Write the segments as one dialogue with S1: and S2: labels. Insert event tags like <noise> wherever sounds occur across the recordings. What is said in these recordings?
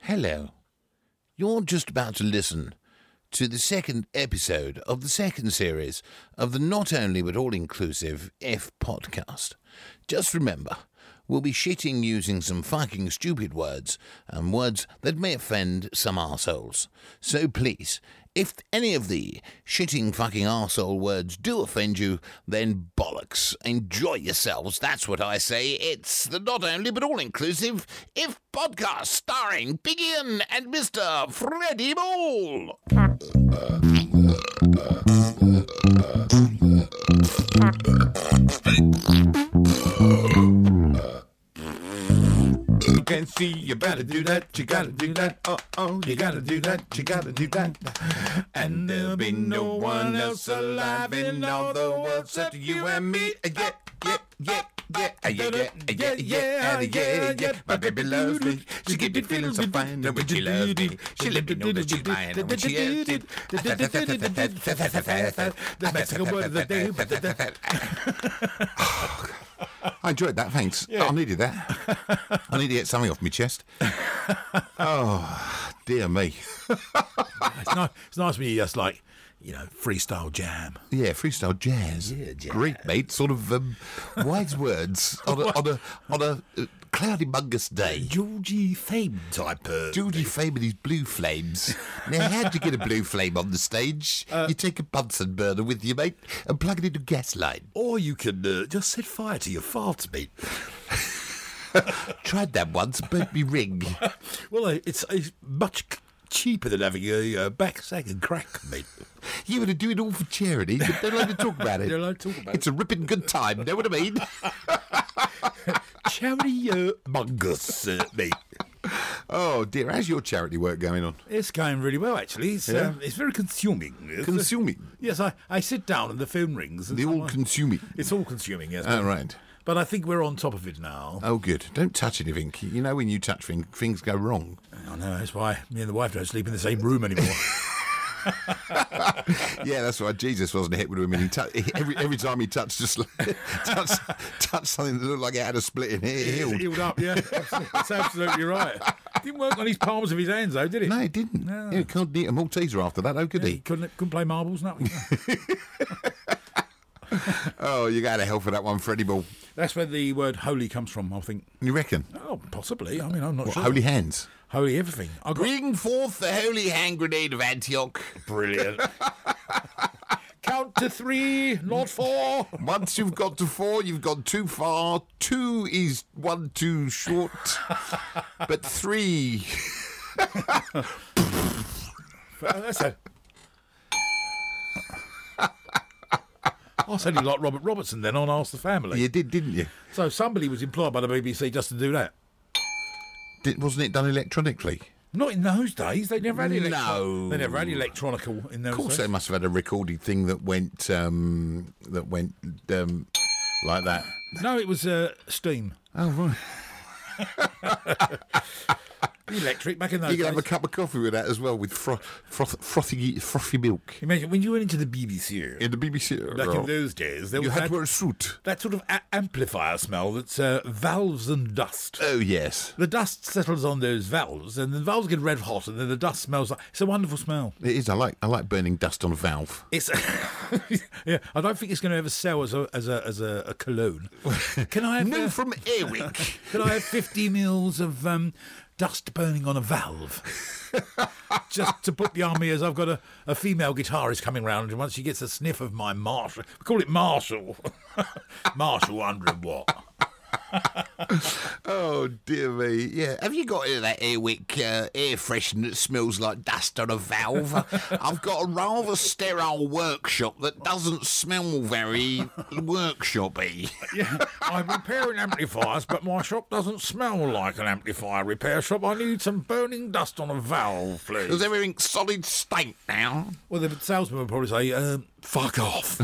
S1: Hello. You're just about to listen to the second episode of the second series of the Not Only But All Inclusive F podcast. Just remember, we'll be shitting using some fucking stupid words and words that may offend some arseholes. So please, if any of the shitting fucking arsehole words do offend you, then bollocks. Enjoy yourselves. That's what I say. It's the not only but all inclusive If podcast starring Big Ian and Mr. Freddie Ball.
S2: you can see, you better do that, you gotta do that, oh oh, you gotta do that, you gotta do that. And there'll be no one else alive in all the world except you and me. Yeah, yeah, yeah. Yeah, yeah, yeah, yeah, yeah, yeah, yeah. My baby loves me. She keep me feeling so fine when she loves me. She let me know that she's mine when she is.
S3: The Mexican word of the day.
S2: I enjoyed that. Thanks. I needed that. I need to get something off my chest. Oh, dear me.
S3: It's nice. It's nice when you just like, you know, freestyle jam.
S2: Yeah, freestyle jazz.
S3: Yeah, jazz.
S2: Great, mate. Sort of um,
S3: <laughs>
S2: wise words on a, on a on a uh, cloudy mungus day.
S3: Georgie Fame type. Uh,
S2: Geordie Fame and his blue flames. Now, how'd you get a blue flame on the
S3: <laughs>
S2: stage?
S3: Uh,
S2: you take a Bunsen burner with you, mate, and plug it into a gas line.
S3: or you can uh, just set fire to your farts, mate.
S2: <laughs> Tried that once, burnt me ring.
S3: Well, uh, it's, it's much c- cheaper than having a uh, back sack and crack, mate.
S2: You want to do it all for charity, but don't like to talk about it.
S3: <laughs> Don't like to talk about
S2: it's a ripping good time, know what I
S3: <laughs>
S2: mean?
S3: Charity uh, mungus, uh, mate.
S2: Oh, dear. How's your charity work going on?
S3: It's going really well, actually. It's, um, it's very consuming. It's, uh,
S2: Consuming.
S3: yes, I, I sit down and the phone rings. And
S2: The all
S3: someone-
S2: consuming.
S3: It's all consuming, yes.
S2: Oh, right.
S3: But I think we're on top of it now.
S2: Oh, good. Don't touch anything. You know when you touch things, things go wrong.
S3: I know, that's why me and the wife don't sleep in the same room anymore.
S2: yeah, that's why Jesus wasn't hit with him. And he tou- every every time he touched, just like, <laughs> touched, touched something that looked like it had a split in it, it
S3: <laughs> It's
S2: healed.
S3: healed up, yeah. That's absolutely right. Didn't work on his palms of his hands, though, did it?
S2: No, it didn't.
S3: No.
S2: Yeah, can't eat a Malteser after that, oh, could
S3: He
S2: he?
S3: couldn't, couldn't play marbles, nothing.
S2: Oh, you got to hell for that one, Freddie Ball.
S3: That's where the word holy comes from, I think.
S2: You reckon?
S3: Oh, possibly. I mean, I'm not
S2: What,
S3: sure.
S2: holy hands.
S3: Holy everything. I got
S2: Bring forth the holy hand grenade of Antioch.
S3: brilliant. Count to three, not four.
S2: Once you've got to four, you've gone too far. Two is one too short, but three.
S3: That's a. I sounded like Robert Robertson then on Ask the Family.
S2: You did, didn't you?
S3: So somebody was employed by the BBC just to do that.
S2: Did, wasn't it done electronically?
S3: Not in those days. They never had electronic.
S2: No.
S3: They never had electronical in those
S2: Of course, they
S3: days.
S2: must have had a recording thing that went um, that went um, like that.
S3: No, it was uh, steam.
S2: Oh right,
S3: <laughs> Electric back in those
S2: you can
S3: days.
S2: have a cup of coffee with that as well, with fro- froth- frothy frothy milk
S3: Imagine when you went into the BBC
S2: in the BBC.
S3: back in
S2: era,
S3: those days, there
S2: you
S3: was
S2: had to
S3: that,
S2: wear a suit.
S3: that sort of a- amplifier smell that's uh, valves and dust.
S2: Oh yes,
S3: The dust settles on those valves, and the valves get red hot, and then the dust smells like it's a wonderful smell.
S2: it is. I like I like burning dust on a valve.
S3: It's <laughs> yeah. I don't think it's going to ever sell as a as a as a, a cologne. Can I have
S2: No,
S3: uh,
S2: from Airwick.
S3: Could I have 50 mils of um, dust burning on a valve? Just to put the army as I've got a, a female guitarist coming round, and once she gets a sniff of my Marshall, we call it <laughs> Marshall. Marshall 100 watt.
S2: oh dear me. Yeah. Have you got any of that Airwick uh, air freshener that smells like dust on a <laughs> valve? I've got a rather sterile workshop that doesn't smell very workshoppy.
S3: Yeah, I'm repairing amplifiers, but my shop doesn't smell like an amplifier repair shop. I need some burning dust on a valve,
S2: Does
S3: please.
S2: everything solid stank now?
S3: Well, the salesman would probably say, um, fuck off.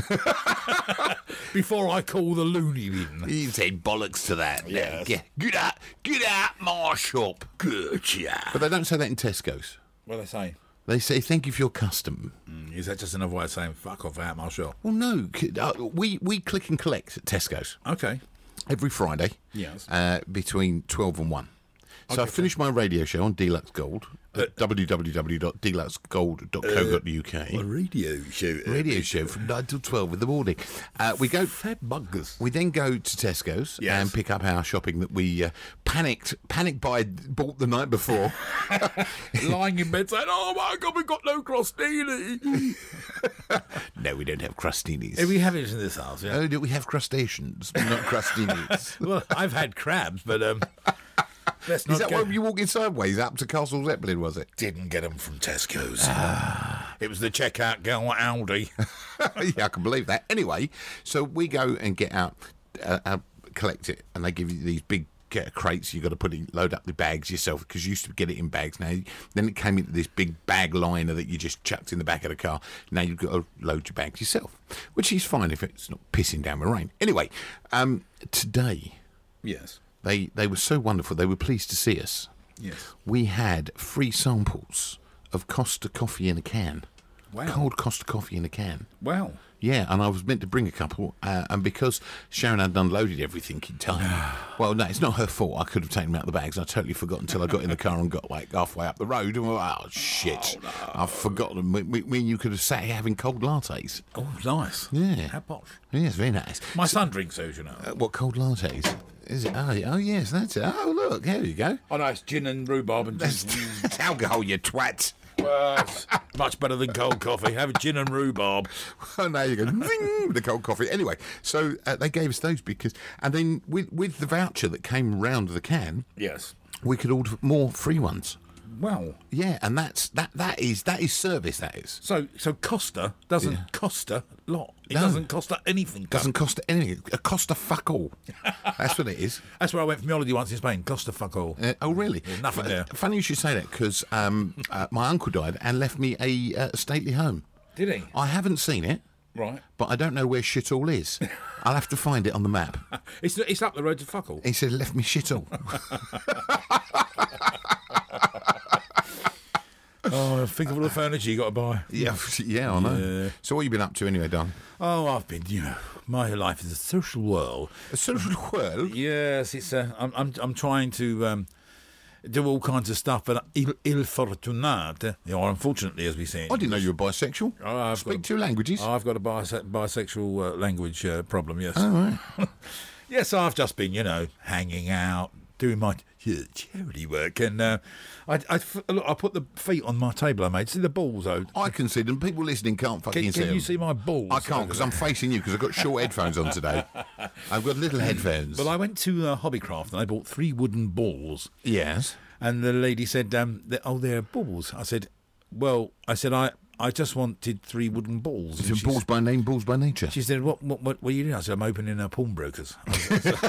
S3: <laughs> Before I call the loony in.
S2: You say bollocks to that.
S3: Yes.
S2: Get, get out, get out my shop. Good, yeah. But they don't say that in Tesco's.
S3: What are they saying?
S2: They say thank you for your custom.
S3: Is that just another way of saying fuck off out my shop?
S2: Well, no, c- uh, we we click and collect at Tesco's
S3: Okay.
S2: every Friday.
S3: Yes.
S2: Uh, between twelve and one.
S4: So I finished my radio show on Deluxe Gold at
S3: Uh,
S4: www.deluxegold.co.uk.
S3: radio show. uh,
S2: Radio show from 9 till 12 in the morning. Uh, we go.
S3: Fat buggers.
S2: We then go to Tesco's
S4: Yes.
S2: and pick up our shopping that we uh, panicked, panicked by bought the night
S3: <laughs>
S2: before.
S3: Lying in bed saying, oh my God, we've got no crostini.
S2: no, we don't have crustinis.
S3: we have it in this house, yeah.
S2: oh, do we have crustaceans, not crustinis?
S3: well, I've had crabs, but um, let's <laughs> not
S2: Is that
S3: go-
S2: why you walking sideways up to Castle Zeppelin? Was it?
S3: didn't get them from Tesco's. it was the checkout girl at Aldi.
S2: <laughs> yeah, I can believe that. Anyway, so we go and get out, uh, uh, collect it, and they give you these big uh, crates. You've got to put in, load up the bags yourself because you used to get it in bags. Now, then it came into this big bag liner that you just chucked in the back of the car. Now you've got to load your bags yourself, which is fine if it's not pissing down the rain. Anyway, um, today
S3: yes.
S2: they they were so wonderful. They were pleased to see us.
S3: Yes.
S2: We had free samples of Costa coffee in a can.
S3: Wow.
S2: Cold Costa coffee in a can.
S3: Wow.
S2: Yeah, and I was meant to bring a couple, uh, and because Sharon had unloaded everything in time, well, no, it's not her fault. I could have taken them out of the bags. I totally forgot until I got in the car and got like halfway up the road, and we were like, oh shit, I've forgotten. Me, me, me and you could have sat here having cold lattes.
S3: Oh, nice.
S2: Yeah.
S3: How posh.
S2: Yes, very nice.
S3: My son drinks those, you know.
S2: Uh, what cold lattes? Is it? Oh, yeah, oh yes, that's it. Oh look, there you go. <laughs>
S3: Oh, no, it's gin and rhubarb and
S2: That's
S3: <laughs>
S2: that's alcohol, you twat.
S3: Well, <laughs> it's much better than cold coffee. Have a gin and rhubarb.
S2: Oh, now you go zing <laughs> with the cold coffee. Anyway, so uh, they gave us those because, and then with with the voucher that came round the can,
S3: Yes.
S2: we could order more free ones.
S3: Wow.
S2: Yeah, and that's that that is that is service. That is
S3: So, so Costa doesn't cost a lot. It
S2: No.
S3: doesn't cost a anything.
S2: doesn't cost anything. It cost a fuck
S3: <laughs>
S2: all. that's what it is.
S3: That's where I went for my holiday once in Spain. Costa fuck all.
S2: Uh, oh really?
S3: nothing
S2: Fu-
S3: there.
S2: Funny you should say that because um, uh, my uncle died and left me a uh, stately home.
S3: Did he?
S2: I haven't seen it,
S3: Right.
S2: but I don't know where shit all is. I'll have to find it on the map.
S3: <laughs> It's it's up the road to fuck all.
S2: He said, "Left me shit
S3: <laughs>
S2: all."
S3: Oh, think of all the furniture you got to buy.
S2: yeah, <laughs> yeah, I know. So what you been up to anyway, Don?
S3: Oh, I've been, you know, my life is a social whirl.
S2: A social world.
S3: Yes, it's. Uh, I'm, I'm, I'm trying to um, do all kinds of stuff, but il, il fortunate, or unfortunately, as we say, it.
S2: I didn't know you were bisexual.
S3: Oh, I've
S2: Speak
S3: got-
S2: two languages.
S3: I've got a bise- bisexual uh, language uh, problem. Yes.
S2: Oh,
S3: <laughs> yes, I've just been, you know, hanging out, doing my ch- charity work, and uh, I, I f- look, I put the feet on my table. I made. See the balls, though.
S2: I can see them. People listening can't fucking
S3: Can,
S2: see
S3: can
S2: them.
S3: you see my balls?
S2: I can't because I'm facing you because I've got short headphones on today. I've got little headphones.
S3: Well, I went to uh, Hobbycraft and I bought three wooden balls.
S2: yes.
S3: And the lady said, um, that, "Oh, they're balls." I said, "Well, I said I, I just wanted three wooden balls." And
S2: Some
S3: she
S2: balls by name, balls by nature.
S3: She said, "What? What? What, what are you doing?" I said, "I'm opening a pawnbroker's." I said, <laughs>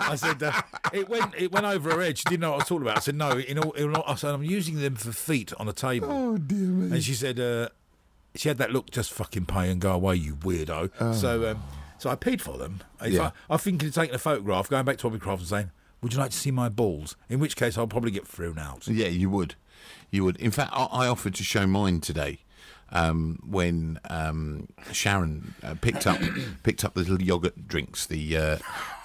S3: I said uh, "It went. It went over her head. She didn't know what I was talking about." I said, "No, in all, in all, I said, I'm using them for feet on a table." Oh dear me! And she said, uh, "She had that look. Just fucking pay and go away, you weirdo." So, um, so I paid for them. If
S2: Yeah.
S3: I, I think of taking a photograph, going back to Hobby Craft and saying, "Would you like to see my balls?" In which case, I'll probably get thrown out.
S2: Yeah, you would. You would. In fact, I, I offered to show mine today um, when um, Sharon uh, picked up <coughs> picked up the little yogurt drinks, the uh,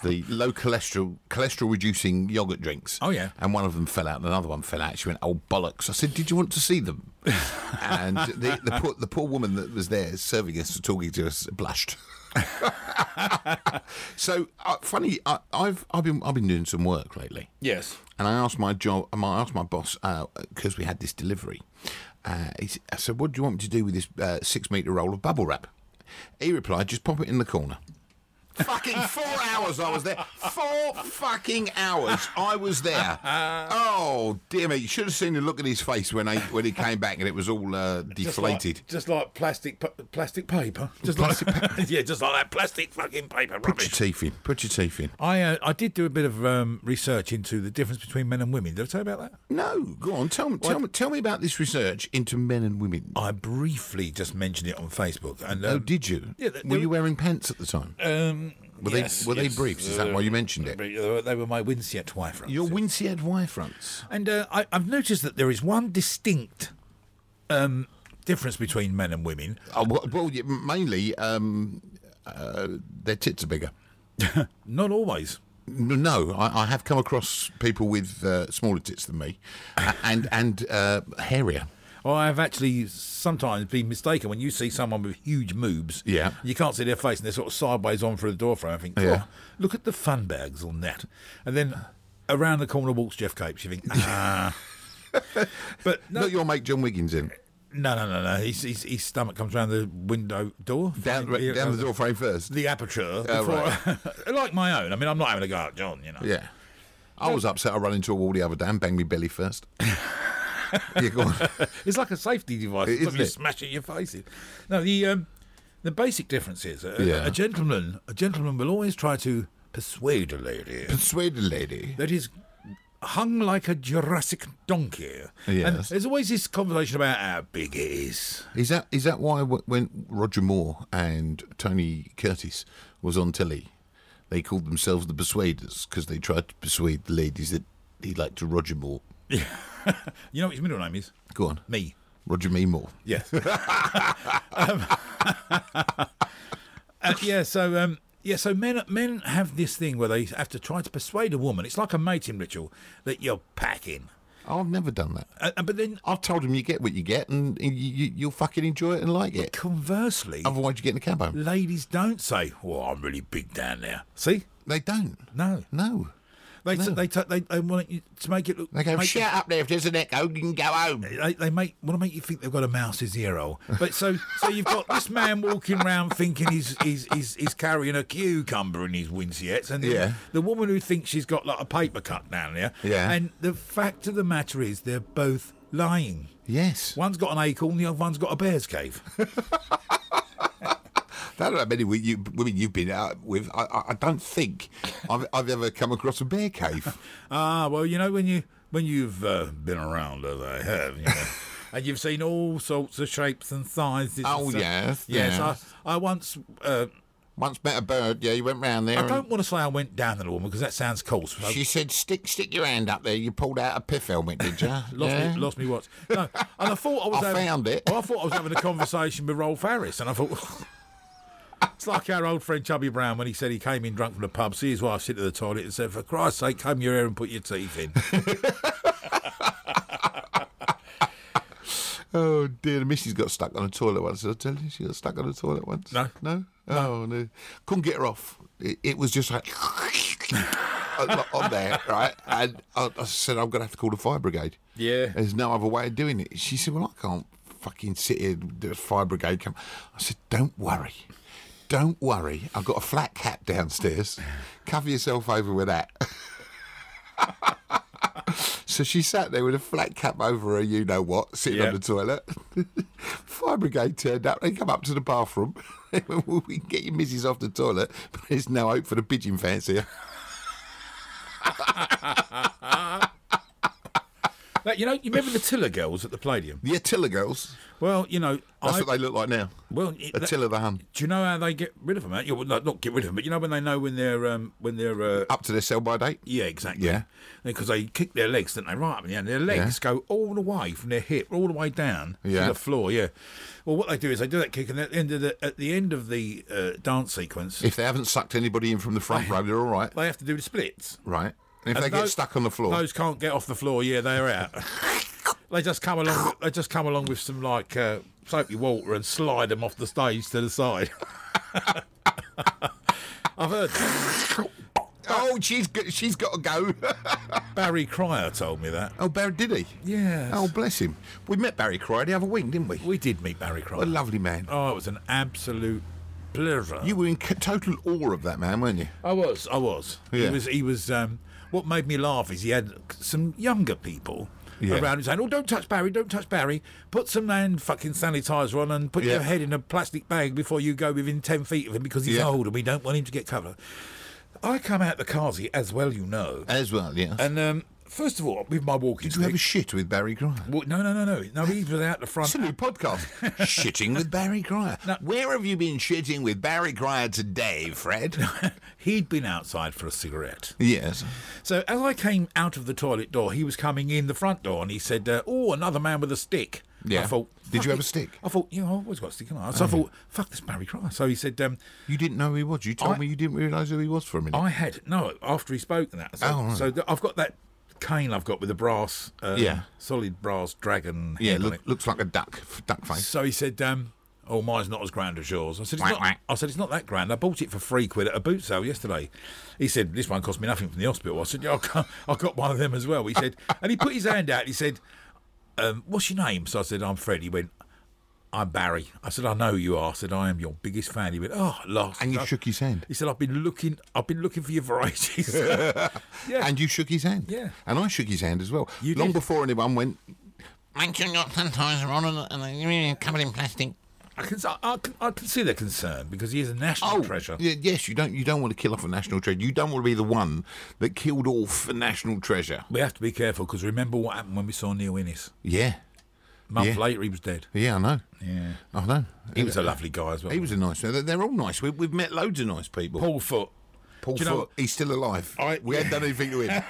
S2: the low cholesterol cholesterol reducing yogurt drinks.
S3: Oh, yeah.
S2: And one of them fell out, and another one fell out. She went, "Oh bollocks!" I said, "Did you want to see
S3: <laughs>
S2: them?" and the the poor, the poor woman that was there serving us, talking to us, blushed. <laughs> so uh, funny, I, I've I've been I've been doing some work lately.
S3: Yes.
S2: And I asked my job, um, I asked my boss because we had this delivery. Uh, he, s- I said, "What do you want me to do with this uh, six-meter roll of bubble wrap?" He replied, "Just pop it in the corner." fucking four <laughs> hours I was there. Four fucking hours I was <laughs> there. Oh dear me! You should have seen the look at his face when I when he came back and it was all uh, deflated.
S3: just like plastic, pa- plastic paper. <laughs> Just like, yeah, just like that plastic fucking paper <laughs>
S2: Put
S3: rubbish.
S2: your teeth in. Put your teeth in.
S3: I uh, I did do a bit of um, research into the difference between men and women. Did I tell you about that?
S2: No, go on. Tell me. Tell me. Tell me about this research into men and women.
S3: I briefly just mentioned it on Facebook, and
S2: Oh,
S3: um,
S2: did you?
S3: yeah, they-
S2: were
S3: they-
S2: you wearing pants at the time?
S3: um,
S2: Were
S3: yes,
S2: they were
S3: yes.
S2: they briefs? Is that why you mentioned it?
S3: They were- they were my Winsett wife.
S2: Your Wincy had Y fronts.
S3: and uh, I, I've noticed that there is one distinct um, difference between men and women.
S2: Oh, well, well, yeah, mainly um, uh, their uh, tits are bigger.
S3: Not always.
S2: No, I, I have come across people with uh, smaller tits than me, a- and and uh, hairier.
S3: Or I've actually sometimes been mistaken when you see someone with huge moobs.
S2: Yeah.
S3: You can't see their face and they're sort of sideways on through the doorframe. I think, oh,
S2: Yeah.
S3: look at the fun bags on that. And then around the corner walks Jeff Capes. You
S2: <laughs>
S3: think, ah. but no,
S2: Not your mate John Wiggins in
S3: no, no, no, no. His, his, his stomach comes round the window door.
S2: down,
S3: Yeah, uh,
S2: down the door frame first.
S3: The aperture.
S2: Oh,
S3: before- <laughs> like my own. I mean, I'm not having a go at John, you know.
S2: Yeah, I was upset. I ran into a wall the other day and banged me belly first. <laughs> yeah, go on.
S3: <laughs> It's like a safety device.
S2: It-
S3: It's not
S2: isn't
S3: you
S2: it?
S3: smash it in your face. in. No, the um, the basic difference is a,
S2: Yeah.
S3: a gentleman. A gentleman will always try to persuade a lady
S2: Persuade the lady.
S3: that he's hung like a Jurassic donkey. And
S2: Yes.
S3: there's always this conversation about how big it is. <laughs>
S2: Is that is that why wh- when Roger Moore and Tony Curtis was on telly, they called themselves the Persuaders because they tried to persuade the ladies that he liked to Roger Moore.
S3: You know what his middle name is?
S2: Go on,
S3: Me.
S2: Roger Me Moore.
S3: Yes. <laughs> um, <laughs> uh, yeah. So um, yeah. So men men have this thing where they have to try to persuade a woman. It's like a mating ritual that you're packing.
S2: I've never done that.
S3: Uh, uh, but then
S2: I've told him you get what you get, and you, you, you'll fucking enjoy it and like it.
S3: Conversely,
S2: Otherwise, you get in a cab home.
S3: ladies don't say, "Well, I'm really big down there." See?
S2: They don't.
S3: No,
S2: No.
S3: they they, t- they they want you to make it look.
S2: They go,
S3: make-
S2: shut up there. If there's an echo, you can go home.
S3: They, they make want to make you think they've got a mouse's earhole. But so so you've got this man walking round thinking he's he's, he's he's carrying a cucumber in his windsiettes, and the-
S2: Yeah.
S3: the woman who thinks she's got like a paper cut down there.
S2: Yeah.
S3: And the fact of the matter is, they're both lying.
S2: Yes.
S3: One's got an acorn, the other one's got a bear's cave.
S2: I don't know how many we- you, women you've been out with. I, I, I don't think I've, I've ever come across a bear cave.
S3: Ah, well, you know when you when you've uh, been around as I have, you know,
S2: <laughs>
S3: and you've seen all sorts of shapes and sizes.
S2: Oh,
S3: and stuff.
S2: yes,
S3: yes.
S2: yes.
S3: I, I once. Uh,
S2: Once met a bird. Yeah, you went round there.
S3: I
S2: and
S3: don't want to say I went down the woman because that sounds coarse. I
S2: She said, "Stick, stick your hand up there." You pulled out a piff helmet, did you?
S3: <laughs> Lost,
S2: yeah.
S3: me, lost me watch. No, and I thought I
S2: <laughs>
S3: was.
S2: I
S3: having,
S2: found it.
S3: Well, I thought I was having a conversation with Rolf Harris, and I thought. <laughs> It's like our old friend Chubby Brown when he said he came in drunk from the pub, see his wife sit at the toilet and said, For Christ's sake, comb your hair and put your
S2: <laughs>
S3: teeth in.
S2: Oh dear, the missus got stuck on a toilet once. Did I tell you she got stuck on a toilet once?
S3: No.
S2: No? Oh, no. Couldn't get her off. It, it was just like <laughs> on, on there, right? And I, I said, I'm going to have to call the fire brigade.
S3: Yeah.
S2: There's no other way of doing it. She said, Well, I can't fucking sit here. The fire brigade come. I said, Don't worry. Don't worry. I've got a flat cap downstairs. Cover yourself over with that. So she sat there with a flat cap over her, you know what, sitting
S3: Yeah.
S2: on the toilet. <laughs> Fire brigade turned up. They come up to the bathroom. <laughs> They went, well, we can get your missus off the toilet, but there's no hope for the pigeon fancier.
S3: Now, you know, you remember the Tiller girls at the Palladium?
S2: The Attila girls.
S3: Well, you know,
S2: That's
S3: I,
S2: what they look like now.
S3: Well, it, that-
S2: Attila the Hun.
S3: do you know how they get rid of them? eh? You- well, no, not get rid of them, but you know when they know when they're um, when they're uh,
S2: Up to their sell by date.
S3: yeah, exactly.
S2: Yeah.
S3: because they kick their legs, don't they? Right up in the end, their legs go all the way from their hip all the way down
S2: Yeah.
S3: to the floor. Yeah. Well, what they do is they do that kick, and at the end of the at the end of the uh, dance sequence,
S2: If they haven't sucked anybody in from the front row, they're all right.
S3: they have to do the splits.
S2: Right. And if
S3: And
S2: they get
S3: those-
S2: stuck on the floor,
S3: Those can't get off the floor. Yeah, they're out. they just come along. with- They just come along with some like uh, soapy water and slide them off the stage to the side. <laughs> I've heard
S2: oh, she's go- she's got to go. <laughs>
S3: Barry Cryer told me that.
S2: oh, Barry, did he?
S3: Yes.
S2: Oh, bless him. We met Barry Cry the other week, didn't we?
S3: We did meet Barry
S2: What
S3: Cryer.
S2: a lovely man.
S3: Oh, it was an absolute pleasure.
S2: You were in c- total awe of that man, weren't you?
S3: I was. I was. He
S2: Yeah.
S3: was. He was. Um, what made me laugh is he had some younger people
S2: Yeah.
S3: around him saying, "Oh, don't touch Barry! Don't touch Barry! Put some man fucking sanitizer on and put
S2: Yeah.
S3: your head in a plastic bag before you go within ten feet of him because he's
S2: Yeah.
S3: old and we don't want him to get covered." I come out the Kazi as well, you know,
S2: As well, yeah.
S3: and um, first of all, with my walking
S2: Did you have a
S3: stick-
S2: shit with Barry Grier?
S3: Well, no, no, no, no, no. He was out the front.
S2: It's a new
S3: <laughs>
S2: podcast. Shitting with Barry Grier. Where have you been shitting with Barry Grier today,
S3: <laughs>
S2: Fred?
S3: He'd been outside for a cigarette.
S2: yes.
S3: So as I came out of the toilet door, he was coming in the front door, and he said, uh, "Oh, another man with a stick."
S2: Yeah.
S3: I thought,
S2: Did
S3: "Fuck
S2: you have
S3: it."
S2: a stick? Oh,
S3: I thought, you know, I've always got a stick. haven't I? So I thought, fuck this Barry Cryer. So he said, um,
S2: You didn't know who he was. You told
S3: I-
S2: me you didn't realise who he was for a minute.
S3: I had no after he spoke and that. So,
S2: Oh, right.
S3: so th- I've got that cane I've got with a brass, um,
S2: Yeah.
S3: solid brass dragon.
S2: yeah,
S3: head on
S2: look,
S3: it.
S2: looks like a duck, f- duck face.
S3: So he said, um, "Oh, mine's not as grand as yours." I said, it's
S2: Whack,
S3: not,
S2: whack.
S3: "I said it's not that grand. I bought it for three quid at a boot sale yesterday." He said, "This one cost me nothing from the hospital." I said, "Yeah, I got, <laughs> I got one of them as well." He said, and he put his hand out. He said, um, "What's your name?" So I said, "I'm Fred." He went. I'm Barry. I said, I know who you are. I said, I am your biggest fan. He went, oh, at last.
S2: And you
S3: I-
S2: shook his hand.
S3: He said, I've been looking, I've been looking for
S2: <laughs>
S3: your varieties. yeah.
S2: And you shook his hand.
S3: Yeah.
S2: And I shook his hand as well.
S3: You
S2: Long
S3: did.
S2: before anyone went,
S5: Make sure your sanitizer on and, and they're covered in plastic.
S3: I can, I, I can, I can see their concern because he is a national treasure.
S2: y- Oh, yes, you don't you don't want to kill off a national treasure. You don't want to be the one that killed off a national treasure.
S3: We have to be careful because remember what happened when we saw Neil Innes.
S2: Yeah.
S3: A month
S2: Yeah.
S3: later, he was dead.
S2: Yeah, I know.
S3: Yeah.
S2: I know.
S3: He was a lovely guy as well.
S2: He was a nice. They're, they're all nice. We, we've met loads of nice people.
S3: Paul Foot.
S2: Paul
S3: do you know-
S2: Foot, he's still alive.
S3: I-
S2: we hadn't
S3: <laughs>
S2: done anything to him.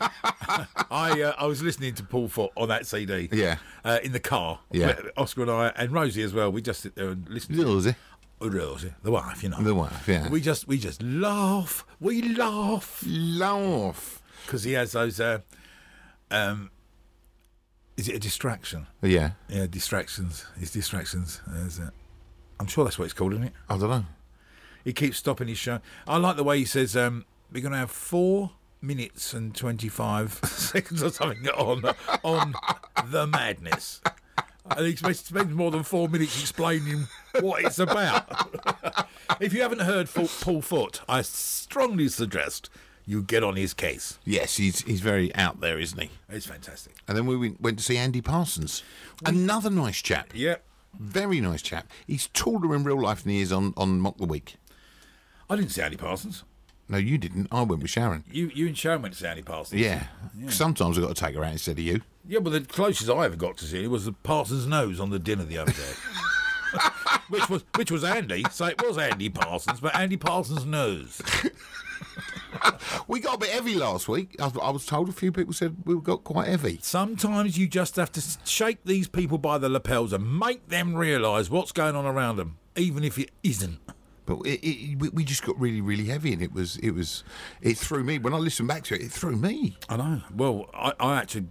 S3: I uh, I was listening to Paul Foot on that CD.
S2: Yeah.
S3: Uh, in the car.
S2: Yeah.
S3: Oscar and I and Rosie as well. We just sit there and listen. To Oh,
S2: Rosie.
S3: Rosie, the wife, you know.
S2: The wife, yeah.
S3: We just we just laugh. We laugh.
S2: Laugh.
S3: because he has those. Uh, um, is it a distraction?
S2: Yeah.
S3: Yeah, distractions. His distractions. There's it. I'm sure that's what it's called, isn't it?
S2: I don't know.
S3: He keeps stopping his show. I like the way he says, um, "We're going to have four minutes and twenty-five <laughs> seconds or something on on the madness." And he sp- spends more than four minutes explaining what it's about. <laughs> if you haven't heard Fo- Paul Foot, I strongly suggest you get on his case.
S2: Yes, he's he's very out there, isn't he?
S3: It's fantastic.
S2: And then we went, went to see Andy Parsons, another nice chap.
S3: Yep.
S2: Very nice chap. He's taller in real life than he is on, on Mock the Week.
S3: I didn't see Andy Parsons.
S2: No, you didn't. I went with Sharon.
S3: You you and Sharon went to see Andy Parsons.
S2: Yeah. Sometimes I've got to take her out instead of you.
S3: Yeah, well, the closest I ever got to seeing it was the Parsons' nose on the dinner the other <laughs> day. which was which was Andy, so it was Andy Parsons, but Andy Parsons' nose.
S2: We got a bit heavy last week. I, I was told a few people said we got quite heavy.
S3: Sometimes you just have to s- shake these people by the lapels and make them realise what's going on around them, even if it isn't.
S2: But it, it, we- we just got really, really heavy, and it was, it was, it threw me. When I listened back to it, it threw me.
S3: I know. Well, I, I actually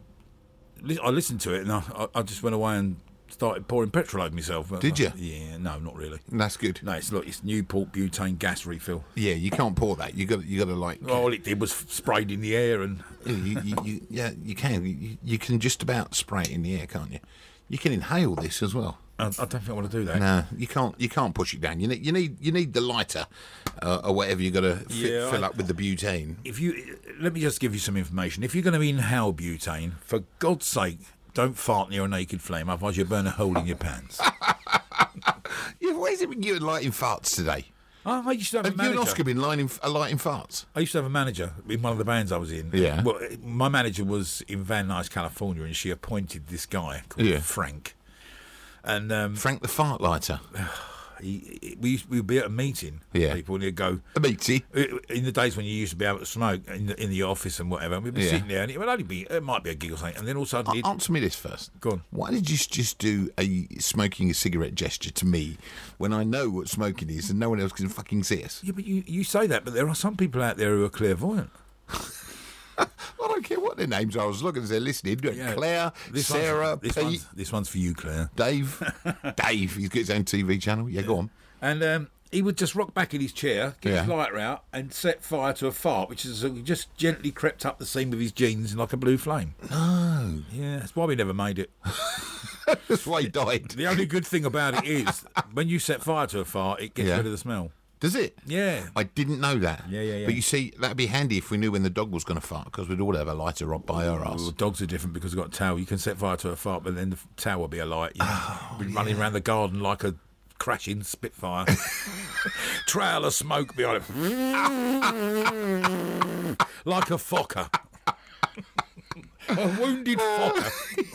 S3: li- I listened to it and I, I- I just went away and started pouring petrol over myself.
S2: Did you?
S3: Yeah, no, not really.
S2: And that's good.
S3: No, it's look, it's Newport butane gas refill.
S2: Yeah, you can't pour that. You got, you got to like,
S3: All it did was f- sprayed in the air, and
S2: you, you, you, yeah, you can. You, you can just about spray it in the air, can't you? You can inhale this as well.
S3: I, I don't think I want to do that.
S2: No, you can't. You can't push it down. You need. You need. You need the lighter, uh, or whatever you got to fi-
S3: Yeah,
S2: fill
S3: I-
S2: up with the butane.
S3: If you let me just give you some information. If you're going to inhale butane, for God's sake, don't fart near a naked flame, otherwise you burn a hole in
S2: <laughs>
S3: your pants.
S2: Yeah, why is it with you and lighting farts today?
S3: I, I used to have,
S2: Have
S3: a
S2: you and
S3: manager.
S2: Oscar been lighting, uh, lighting farts?
S3: I used to have a manager in one of the bands I was in.
S2: Yeah.
S3: Well, my manager was in Van Nuys, California, and she appointed this guy called
S2: Yeah.
S3: Frank. And um,
S2: Frank the fart
S3: <laughs>
S2: lighter.
S3: he, he- we used, we'd be at a meeting,
S2: Yeah.
S3: people, and he'd go,
S2: A meaty.
S3: in the days when you used to be able to smoke in the, in the office and whatever, and we'd be
S2: Yeah.
S3: sitting there, and it would only be it might be a gig or something, and then all of a sudden, he'd-
S2: Answer me this first.
S3: Go on.
S2: Why did you s- just do a smoking a cigarette gesture to me when I know what smoking is and no one else can fucking see us?
S3: yeah, but you, you say that, but there are some people out there who are clairvoyant.
S2: I don't care what their names are. As long as they're listening,
S3: Yeah.
S2: Claire, Sarah,
S3: one's, this,
S2: Pete,
S3: one's, this one's for you, Claire. <laughs>
S2: Dave, Dave. He's got his own TV channel. Yeah, go on.
S3: And um, he would just rock back in his chair, get his
S2: Yeah.
S3: lighter out, and set fire to a fart, which is he just gently crept up the seam of his jeans like a blue flame. No, yeah, that's why we never made it.
S2: That's why he died.
S3: The only good thing about it is when you set fire to a fart, it gets
S2: Yeah.
S3: rid of the smell.
S2: Does it?
S3: Yeah.
S2: I didn't know that.
S3: Yeah, yeah, yeah.
S2: But you see, that'd be handy if we knew when the dog was going to fart, because we'd all have a lighter up by our
S3: Well,
S2: ass.
S3: dogs are different because they've got a tail. You can set fire to a fart, but then the f- tail will be alight. You be running around the garden like a crashing <laughs> Spitfire. Trail of smoke behind it. <laughs> like a focker. a wounded focker.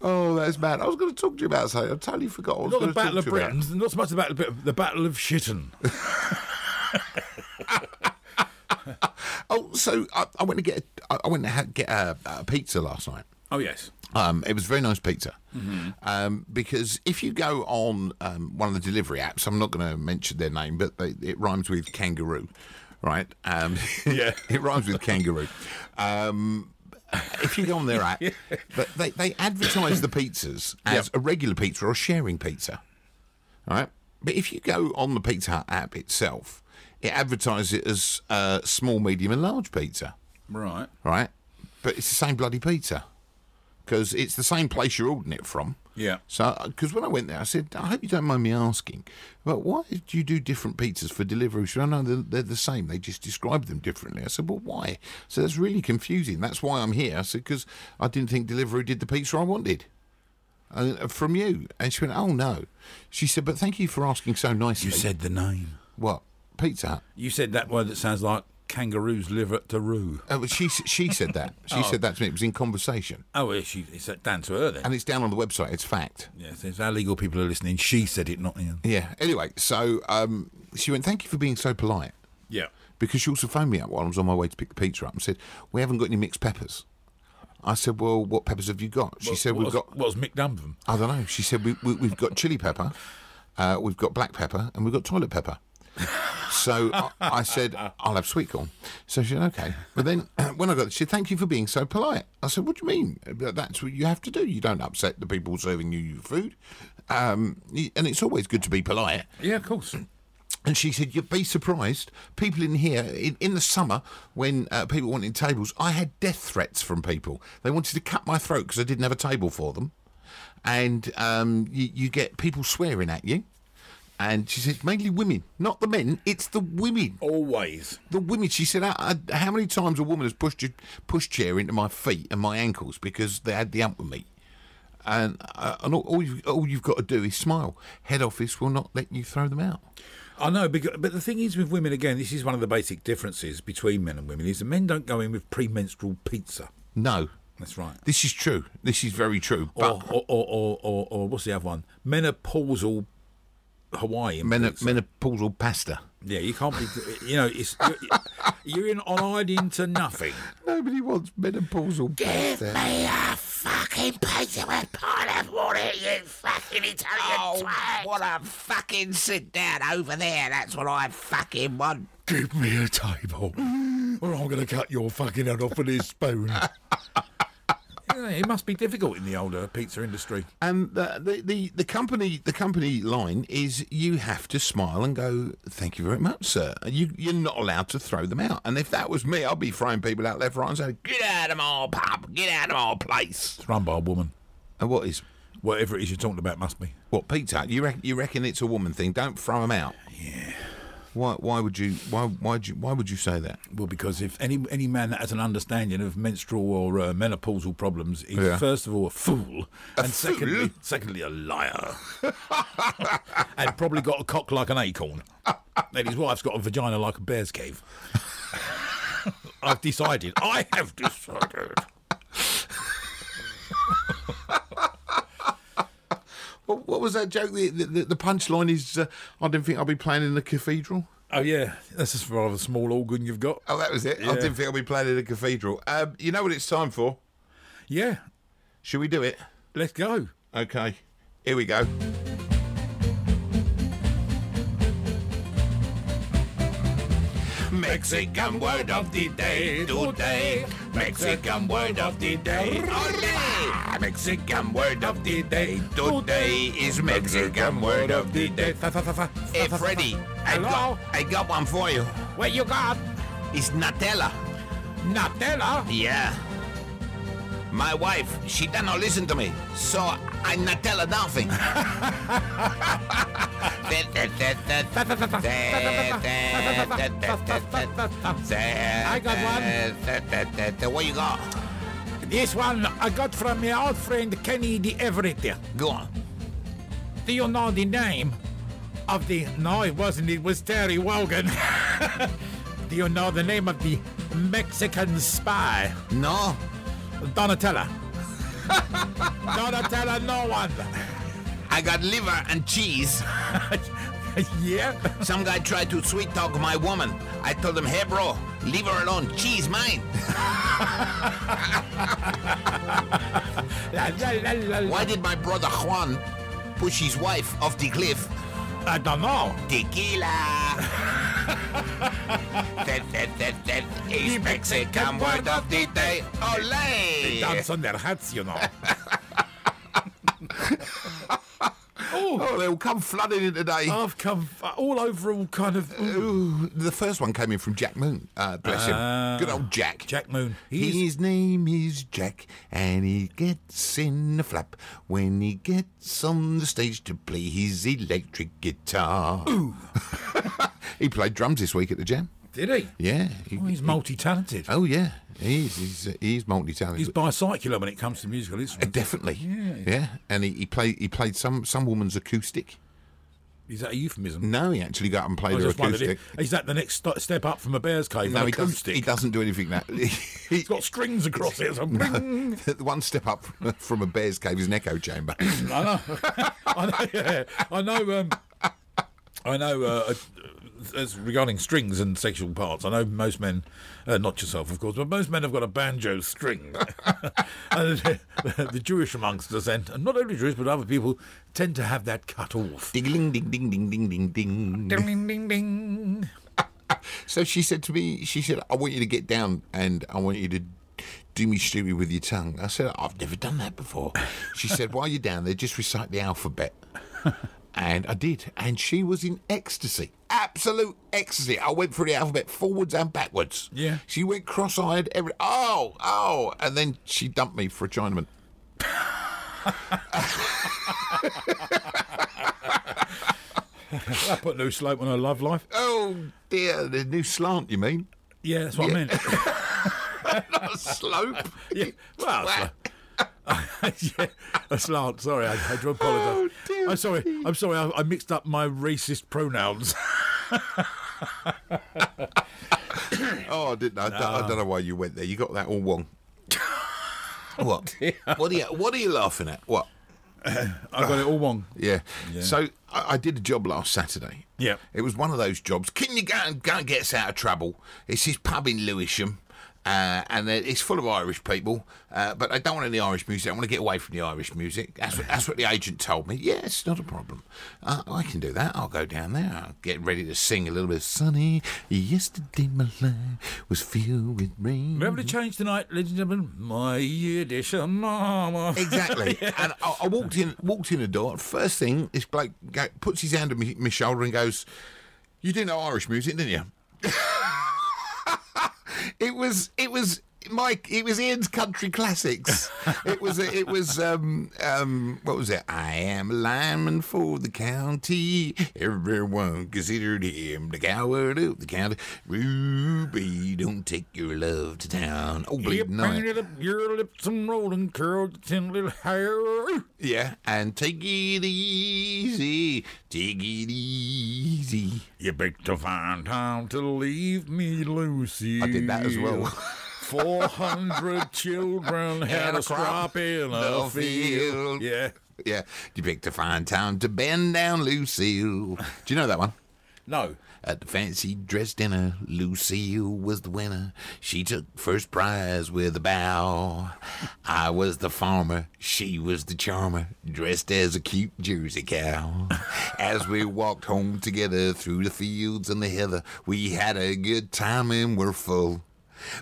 S2: Oh, that's bad. I was going to talk to you about something. I totally forgot. I was
S3: Not the
S2: gonna talk
S3: Battle of
S2: to you about.
S3: Britain. Not so much the Battle of Britain, the Battle of Shitton.
S2: Oh, so I, I went to get. I, I went to ha- get a, a pizza last night.
S3: Oh yes.
S2: Um, it was very nice pizza. Um, because if you go on um, one of the delivery apps, I'm not going to mention their name, but they, it rhymes with kangaroo, right? Um, <laughs>
S3: Yeah.
S2: it rhymes with kangaroo. Um, if you go on their app, but they, they advertise the pizzas as a regular pizza or a sharing pizza, all right? But if you go on the Pizza Hut app itself, it advertises it as uh, small, medium, and large pizza
S3: Right.
S2: right? But it's the same bloody pizza because it's the same place you're ordering it from.
S3: Yeah.
S2: So, because when I went there, I said, I hope you don't mind me asking, but why do you do different pizzas for delivery? She said, oh, no, they're, they're the same. They just describe them differently. I said, well, why? So that's really confusing. That's why I'm here. I said, because I didn't think delivery did the pizza I wanted. Uh, from you. And she went, oh, no. She said, but thank you for asking so nicely.
S3: You said the name.
S2: what? Pizza Hut.
S3: You said that word that sounds like kangaroo's liver to roo.
S2: Uh, well, she, s- she said that. She said that to me. It was in conversation.
S3: Oh, well, she, it's down to her then.
S2: And it's down on the website. It's fact.
S3: yes, if our legal people are listening, she said it, not him.
S2: Yeah. Anyway, so um, she went, Thank you for being so polite.
S3: Yeah.
S2: Because she also phoned me up while I was on my way to pick the pizza up and said, We haven't got any mixed peppers. I said, Well, what peppers have you got? She said,
S3: what
S2: We've
S3: was,
S2: got,
S3: What was Mick done for them?
S2: I don't know. She said, we, we, We've got chili pepper, uh, we've got black pepper, and we've got toilet pepper. So I, I said, I'll have sweet corn. So she said, okay. But then <clears throat> when I got there, she said, thank you for being so polite. I said, what do you mean? That's what you have to do. You don't upset the people serving you your food. Um, and it's always good to be polite.
S3: Yeah, of course.
S2: And she said, You'd be surprised. People in here, in, in the summer, when uh, people wanted tables, I had death threats from people. They wanted to cut my throat because I didn't have a table for them. And um, you, you get people swearing at you. And she said, mainly women, not the men, it's the women.
S3: <clears throat> Always.
S2: The women, she said, I, I, how many times a woman has pushed a pushchair into my feet and my ankles because they had the up with me? And, uh, and all, all, you, all you've got to do is smile. Head office will not let you throw them out.
S3: I know, because, but the thing is with women, again, this is one of the basic differences between men and women, is that men don't go in with premenstrual pizza.
S2: No.
S3: That's right.
S2: This is true. This is very true. But
S3: Or, or, or, or, or, or what's the other one? Menopausal Hawaiian
S2: men,
S3: pizza.
S2: menopausal pasta.
S3: Yeah, you can't be. You know, it's you're, you're in on eyed into nothing.
S2: Nobody wants menopausal pasta.
S6: Fucking pizza with pineapple on it, you fucking Italian oh, What a fucking sit down over there. That's what I fucking want.
S3: Give me a table, or I'm going to cut your fucking head off with this spoon. <laughs> yeah, it must be difficult in the older pizza industry.
S2: And the, the, the, the company the company line is you have to smile and go thank you very much sir. You you're not allowed to throw them out. And if that was me, I'd be throwing people out left, right, and saying get out of my pub, get out of my place.
S3: It's run by a woman.
S2: And what is
S3: Whatever it is you're talking about must be.
S2: what Peter? You reckon you reckon it's a woman thing? Don't throw them out. Yeah. Why why would you why why you, why would you say that?
S3: Well, because if any any man that has an understanding of menstrual or uh, menopausal problems is
S2: Yeah.
S3: first of all a fool, and secondly, secondly a <laughs> liar, and probably got a cock like an acorn, and his wife's got a vagina like a bear's cave. <laughs> I've decided. I have decided.
S2: What, what was that joke? The, the, the punchline is, uh, I didn't think I'd be playing in the cathedral.
S3: Oh yeah, that's just rather small organ you've got.
S2: Oh, that was it. I didn't think I'd be playing in the cathedral. Um, you know what it's time for?
S3: Yeah,
S2: Should we do it?
S3: let's go.
S2: Okay, here we go. Mexican word of the day today. Mexican word of the day. Ole! Mexican word of the day today is Mexican word of the day. Hey, Freddy, I
S3: Hello?
S2: got, I got one for you.
S3: What you got?
S2: It's Nutella.
S3: Nutella.
S2: Yeah. My wife, she done not listen to me, so I Nutella nothing. I
S3: got
S2: one. What you got?
S3: This one I got from my old friend Kenny the Everett.
S2: Go on.
S3: Do you know the name of the. No, it wasn't. It was Terry Wogan. <laughs> Do you know the name of the Mexican spy?
S2: No.
S3: Donatella. <laughs> Donatella, no one. <laughs>
S2: I got liver and cheese.
S3: yeah.
S2: Some guy tried to sweet talk my woman. I told him, hey, bro, leave her alone. She's mine.
S3: La, la, la, la, la.
S2: Why did my brother Juan push his wife off the cliff?
S3: I don't know.
S2: Tequila. <laughs> that, that, that, that is Mexican word of the day.
S3: They
S2: Olay.
S3: dance on their hats, you know.
S2: Oh, they'll come flooding in today.
S3: I've come f- all over all kind of.
S2: Ooh, the first one came in from Jack Moon. Uh, bless him. Good old Jack.
S3: Jack Moon. He's
S2: His name is Jack, and he gets in a flap when he gets on the stage to play his electric guitar. Ooh. <laughs> he played drums this week at the jam.
S3: did he?
S2: Yeah. he-
S3: Oh, he's multi-talented.
S2: oh, yeah. He is. He's, uh, he's multi-talented.
S3: He's bicycular when it comes to musical instruments.
S2: Uh, Definitely. Yeah. And he, he played. He played some some woman's acoustic.
S3: Is that a euphemism?
S2: No, he actually got up and
S3: I
S2: played her
S3: Oh, just wondered,
S2: acoustic.
S3: if, is that the next st- step up from a bear's cave?
S2: no,
S3: an
S2: he
S3: acoustic.
S2: doesn't. He doesn't do anything that. <laughs> he,
S3: <laughs> has got strings across it. It's a bling.
S2: the one step up from, from a bear's cave is an echo chamber.
S3: <laughs> I know. I know. Yeah. I know. Um, I know. Uh, uh, as regarding strings and sexual parts, I know most men, uh, not yourself, of course, but most men have got a banjo string. <laughs> and uh, the Jewish amongst us, and and not only Jewish but other people, tend to have that cut off.
S2: Ding ding ding ding ding ding ding.
S3: Ding, ding, ding, ding.
S2: So she said to me, she said, I want you to get down and I want you to do me stupid with your tongue. I said, I've never done that before. She said, while you're down there, just recite the alphabet. And I did. And she was in ecstasy, absolute ecstasy. I went through the alphabet forwards and backwards.
S3: Yeah.
S2: She went cross eyed, every, oh, oh. And then she dumped me for a Chinaman.
S3: I put a new slope on her love life.
S2: Oh, dear, the new slant, you mean? <laughs>
S3: Yeah, that's what I meant.
S2: Not a slope.
S3: <laughs> Yeah.
S2: <laughs>
S3: Well,
S2: Wow.
S3: it's like- <laughs> yeah, a slant. Sorry, I, I do
S2: Oh,
S3: apologise. I'm sorry. I'm sorry. I, I mixed up my racist pronouns. <laughs>
S2: Oh, I didn't. I, don't- I don't know why you went there. You got that all wrong. what? What are you? What are you laughing at? What?
S3: I got it all wrong.
S2: Yeah. So I, I did a job last Saturday.
S3: Yeah.
S2: It was one of those jobs. Can you go and, go and get us out of trouble? It's this pub in Lewisham. Uh, and it- it's full of Irish people, uh, but I don't want any Irish music. I want to get away from the Irish music. That's what, that's what the agent told me. Yeah, it's not a problem. Uh, I can do that. I'll go down there. I'll get ready to sing a little bit. Sunny yesterday, my life was filled with rain.
S3: We're having a change tonight, ladies and gentlemen. My Yiddish <laughs> mama.
S2: Exactly. And I, I walked in, walked in the door. First thing, this bloke go, puts his hand on me, my shoulder and goes, "You didn't know Irish music, didn't you?" <laughs> it was, it was Mike. It was Ian's country classics. it was, it was, um, um, what was it? I am a lineman for the county. Everyone considered him the coward of the county. Ruby, don't take your love to town. Oh,
S3: You
S2: bleeding night.
S3: painted up your lips and rolling curled your thin little hair.
S2: Yeah, and take it easy, take it easy.
S3: You beg to find time to leave me, Lucy.
S2: I did that as
S3: <laughs>
S2: well. <laughs>
S3: 400 children had a crop in a
S2: the field.
S3: field. Yeah.
S2: Yeah, you picked a fine time to bend down, Lucille. Do you know that one?
S3: No.
S2: At the fancy dress dinner, Lucille was the winner. She took first prize with a bow. I was the farmer, she was the charmer, dressed as a cute Jersey cow. As we walked home together through the fields and the heather, we had a good time and were full.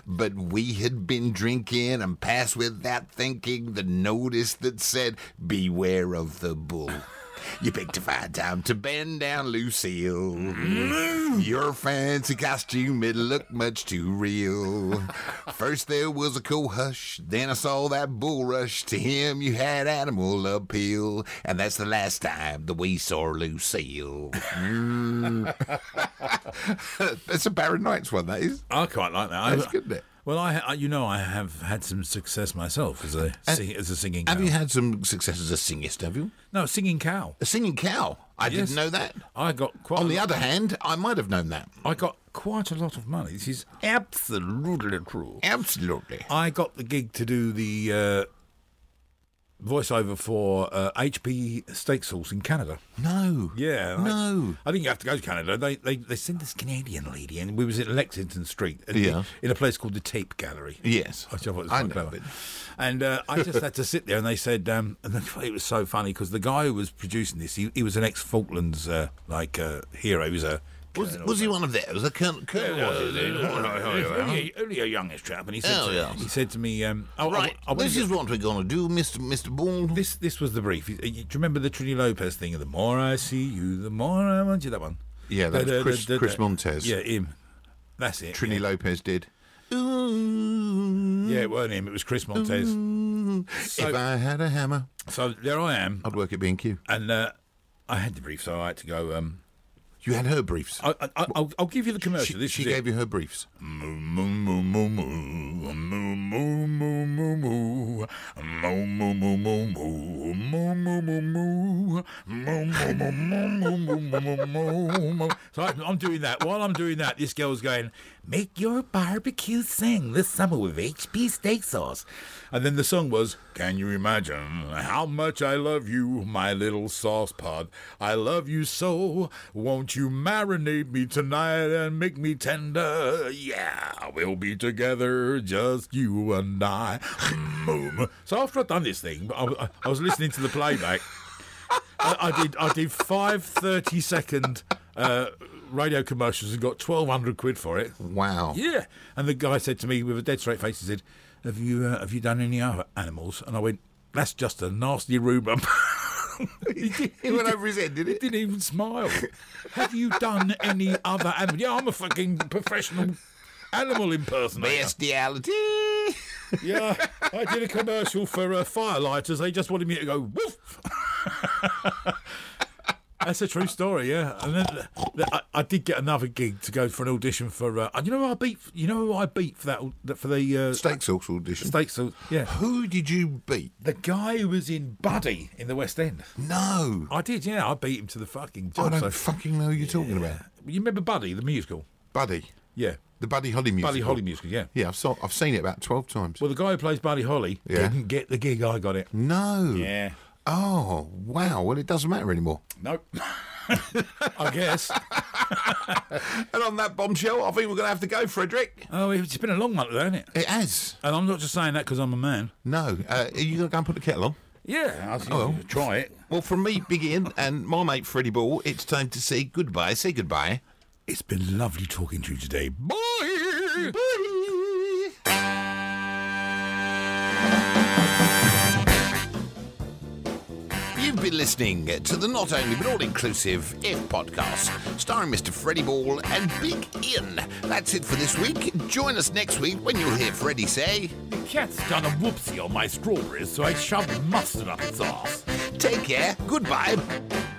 S2: But we had been drinking and passed without thinking the notice that said, Beware of the bull. You picked a fine time to bend down Lucille. Your fancy costume, it looked much too real. First there was a cool hush, then I saw that bull rush. To him you had animal appeal, and that's the last time that we saw Lucille. Mm. <laughs> that's a Baron Knights one, that is.
S3: I quite like that. I-
S2: That's good, isn't it?
S3: Well, I, I, you know, I have had some success myself as a sing, as a singing.
S2: Have
S3: cow.
S2: you had some success as a singist, have you?
S3: no, singing cow.
S2: A singing cow. I
S3: Yes.
S2: didn't know that.
S3: I got quite.
S2: On
S3: a
S2: the
S3: lot-
S2: other hand, I might have known that.
S3: I got quite a lot of money. This is absolutely true.
S2: Absolutely.
S3: I got the gig to do the uh, voiceover for uh, HP Steak Sauce in Canada.
S2: No.
S3: Yeah. I-
S2: No.
S3: I, think you have to go to Canada. They, they they sent this Canadian lady, and we was at Lexington Street, and-
S2: Yeah.
S3: in a place called the Tape Gallery.
S2: Yes.
S3: I thought it was
S2: I
S3: quite
S2: know,
S3: clever.
S2: but-
S3: And uh, I just had to sit there, and they said, um, and <laughs> it was so funny because the guy who was producing this, he, he was an ex Falklands uh, like uh, hero. He was a
S2: Was, was he one of theirs? A colonel? colonel was he?
S3: only, a- only a youngish chap, and he said,
S2: Oh,
S3: to,
S2: yes.
S3: he said to me, um, oh, I-
S2: Right.
S3: I, wanna
S2: this
S3: get-
S2: is what we're going to do, Mr. Mr. Ball.
S3: this this was the brief. You- you- Do you remember the Trini Lopez thing? The more I see you, the more I want you. That one.
S4: Yeah, that
S3: Da- da-
S4: was Chris-
S3: da- da-
S4: Chris
S3: da.
S4: Montez.
S3: Yeah, him. That's it.
S4: Trini Lopez did.
S2: Ooh,
S3: Yeah, it weren't him. It was Chris Montez.
S4: if I had a hammer,
S3: So there I am,
S4: I'd work at B&Q.
S3: and uh, I had the brief, so I had to go. Um,
S4: You had her briefs.
S3: I, I, I'll, I'll give you the commercial.
S4: She,
S3: this
S4: she
S3: is it.
S4: gave you her briefs.
S3: Moo, moo, moo, moo, moo. Moo, moo, moo, moo, moo. Moo, moo, moo, moo, moo. Moo, moo, moo, moo. Moo, moo, moo, moo, moo, moo, moo, moo, moo. So I'm I'm doing that. While I'm doing that, this girl's going, Make your barbecue sing this summer with HP steak sauce. And then the song was, Can you imagine how much I love you, my little sauce pod? I love you so. Won't you marinate me tonight and make me tender? Yeah, we'll be together, just you and I. Boom. So after I'd done this thing, I, I- I was listening to the playback. I, I did I did five 30 second uh, radio commercials and got 1,200 quid for it.
S4: Wow.
S3: Yeah. And the guy said to me with a dead straight face, he said, "Have you uh, have you done any other animals?" And I went, "That's just a nasty rumour." <laughs> he, did,
S4: He went over his head,
S3: <laughs>
S4: did
S3: he
S4: it?
S3: didn't even smile. have you done any other animal? Yeah, I'm a fucking professional animal impersonator.
S2: bestiality.
S3: Yeah, I did a commercial for uh, firelighters. They just wanted me to go woof. <laughs> That's a true story, yeah. And then th- th- I, I did get another gig to go for an audition for. Uh, you know who I beat? You know who I beat for that? au- that- For the uh,
S4: Steak sauce audition.
S3: steak sauce. Yeah,
S4: Who did you beat?
S3: the guy who was in Buddy in the West End.
S4: No.
S3: I did, yeah. I beat him to the fucking
S4: I
S3: job.
S4: don't
S3: so-
S4: fucking know who you're talking about.
S3: you remember Buddy the musical?
S4: Buddy.
S3: Yeah,
S4: The Buddy Holly music.
S3: Buddy Holly musical. Yeah.
S4: Yeah, I've, saw, I've seen it about 12 times.
S3: Well, the guy who plays Buddy Holly
S4: Yeah.
S3: didn't get the gig. I got it.
S4: no.
S3: Yeah.
S4: Oh, wow. Well, it doesn't matter anymore.
S3: Nope. <laughs> I guess.
S4: And on that bombshell, I think we're going to have to go, Frederick.
S3: Oh, it's been a long one, hasn't it?
S4: It has.
S3: And I'm not just saying that because I'm a man.
S4: No. Uh, are you going to go and put the kettle on?
S3: Yeah, I'll oh, try it.
S2: Well, from me, Big Ian, and my mate Freddie Ball, it's time to say goodbye. Say goodbye.
S3: It's been lovely talking to you today. Bye.
S2: You've been listening to the not only but all inclusive If podcast, starring Mr. Freddie Ball and Big Ian. That's it for this week. Join us next week when you'll hear Freddie say,
S3: The cat's done a whoopsie on my strawberries, so I shoved mustard up its ass.
S2: Take care, goodbye,